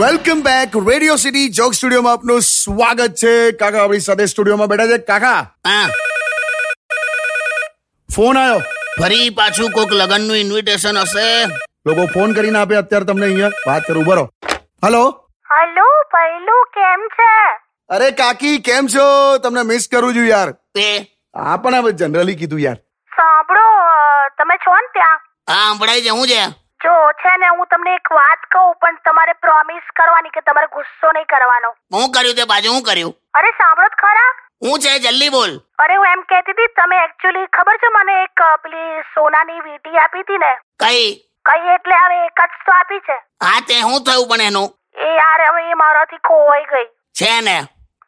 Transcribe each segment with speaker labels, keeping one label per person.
Speaker 1: Welcome back radio city joke સ્ટુડિયોમાં આપનું સ્વાગત છે કાકા આપણી સાથે સ્ટુડિયોમાં બેઠા છે કાકા
Speaker 2: હા
Speaker 1: ફોન આવ્યો
Speaker 2: ફરી પાછું કોક લગ્નનું ઇન્વિટેશન હશે
Speaker 1: લોકો ફોન કરીને આપે અત્યારે તમને અહીંયા વાત કરું બરો હલો
Speaker 3: હલો પહેલું કેમ છે
Speaker 1: અરે કાકી કેમ છો તમને મિસ કરું છું યાર
Speaker 2: તે
Speaker 1: આ પણ હવે જનરલી કીધું યાર
Speaker 3: સાંભળો અ, તમે છો ને ત્યાં
Speaker 2: હા સંભળાઈ છે હું છે
Speaker 3: જો છે ને હું તમને એક વાત કહું પણ તમારે પ્રોમિસ કરવાની કે તમારે ગુસ્સો નહીં કરવાનો
Speaker 2: હું કર્યું તે બાજુ હું કર્યું
Speaker 3: અરે સાંભળો તો ખરા
Speaker 2: હું છે જલ્દી બોલ
Speaker 3: અરે હું એમ કહેતી હતી તમે એકચ્યુઅલી ખબર છે મને એક અ, પેલી સોનાની વીટી આપી હતી ને
Speaker 2: કઈ
Speaker 3: કઈ એટલે હવે એક જ તો આપી છે
Speaker 2: હા તે હું થયું પણ એનું
Speaker 3: એ યાર હવે એ મારાથી ખોવાઈ ગઈ
Speaker 2: છે ને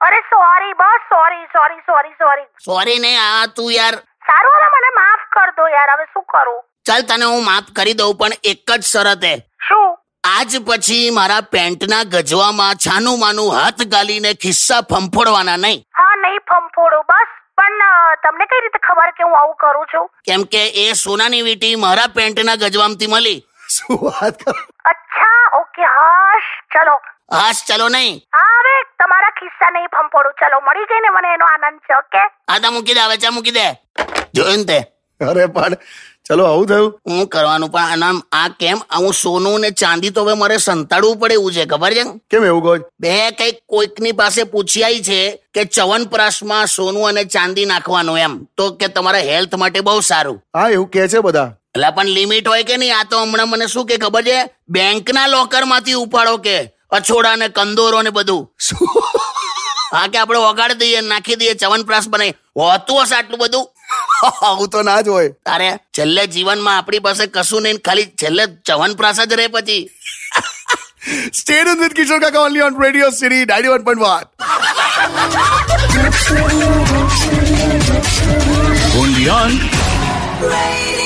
Speaker 3: અરે સોરી બસ sorry sorry sorry sorry
Speaker 2: sorry ને આ તું યાર
Speaker 3: સારું હવે મને માફ કર દો યાર હવે શું કરું
Speaker 2: ચાલ તને હું માફ કરી દઉં પણ એક જ શરતે
Speaker 3: શું
Speaker 2: આજ પછી મારા પેન્ટના ગજવામાં છાનું માનું હાથ ગાલીને ખિસ્સા ફંફોડવાના નહીં
Speaker 3: હા નહીં ફંફોડું બસ પણ અ, તમને કઈ રીતે ખબર કે હું આવું કરું છું
Speaker 2: કેમ કે એ સોનાની વીટી મારા પેન્ટના ગજવામાંથી મળી
Speaker 1: શું વાત કરો
Speaker 3: અચ્છા ઓકે હશ ચલો
Speaker 2: હાશ ચલો નહીં
Speaker 3: હા હવે તમારા ખિસ્સા નહીં ફંફોડું ચલો મળી ગઈ ને મને એનો આનંદ છે ઓકે
Speaker 2: આ તો મૂકી દે હવે ચા મૂકી દે જોયું ને તે
Speaker 1: અરે પણ ચલો આવું થયું
Speaker 2: હું કરવાનું પણ આનામ આ કેમ આવું સોનું ને ચાંદી તો હવે મારે સંતાડવું પડે એવું છે ખબર છે
Speaker 1: કેમ એવું કહો છો?
Speaker 2: બે કઈક કોઈકની પાસે પૂછ્યાઈ છે કે ચવનપ્રાશમાં સોનું અને ચાંદી નાખવાનું એમ તો કે તમારા હેલ્થ માટે બહુ સારું
Speaker 1: હા એવું કે છે બધા
Speaker 2: એટલે પણ લિમિટ હોય કે નહીં આ તો હમણાં મને શું કે ખબર છે બેંકના લોકરમાંથી ઉપાડો કે અછોડા ને કંદોરો ને બધું હા કે આપણે ઓગાડી દઈએ ને નાખી દઈએ ચવનપ્રાશ બનાવી હોતું હશે આટલું બધું
Speaker 1: આવું તો ના જ હોય
Speaker 2: તારે છેલ્લે જીવનમાં આપણી પાસે કશું નહીં ને ખાલી છેલ્લે ચવનપ્રાશ જ રહે પછી
Speaker 1: સ્ટેડ વિથ કિશોર કાકા only on Radio City ninety one point one
Speaker 4: only on
Speaker 5: Radio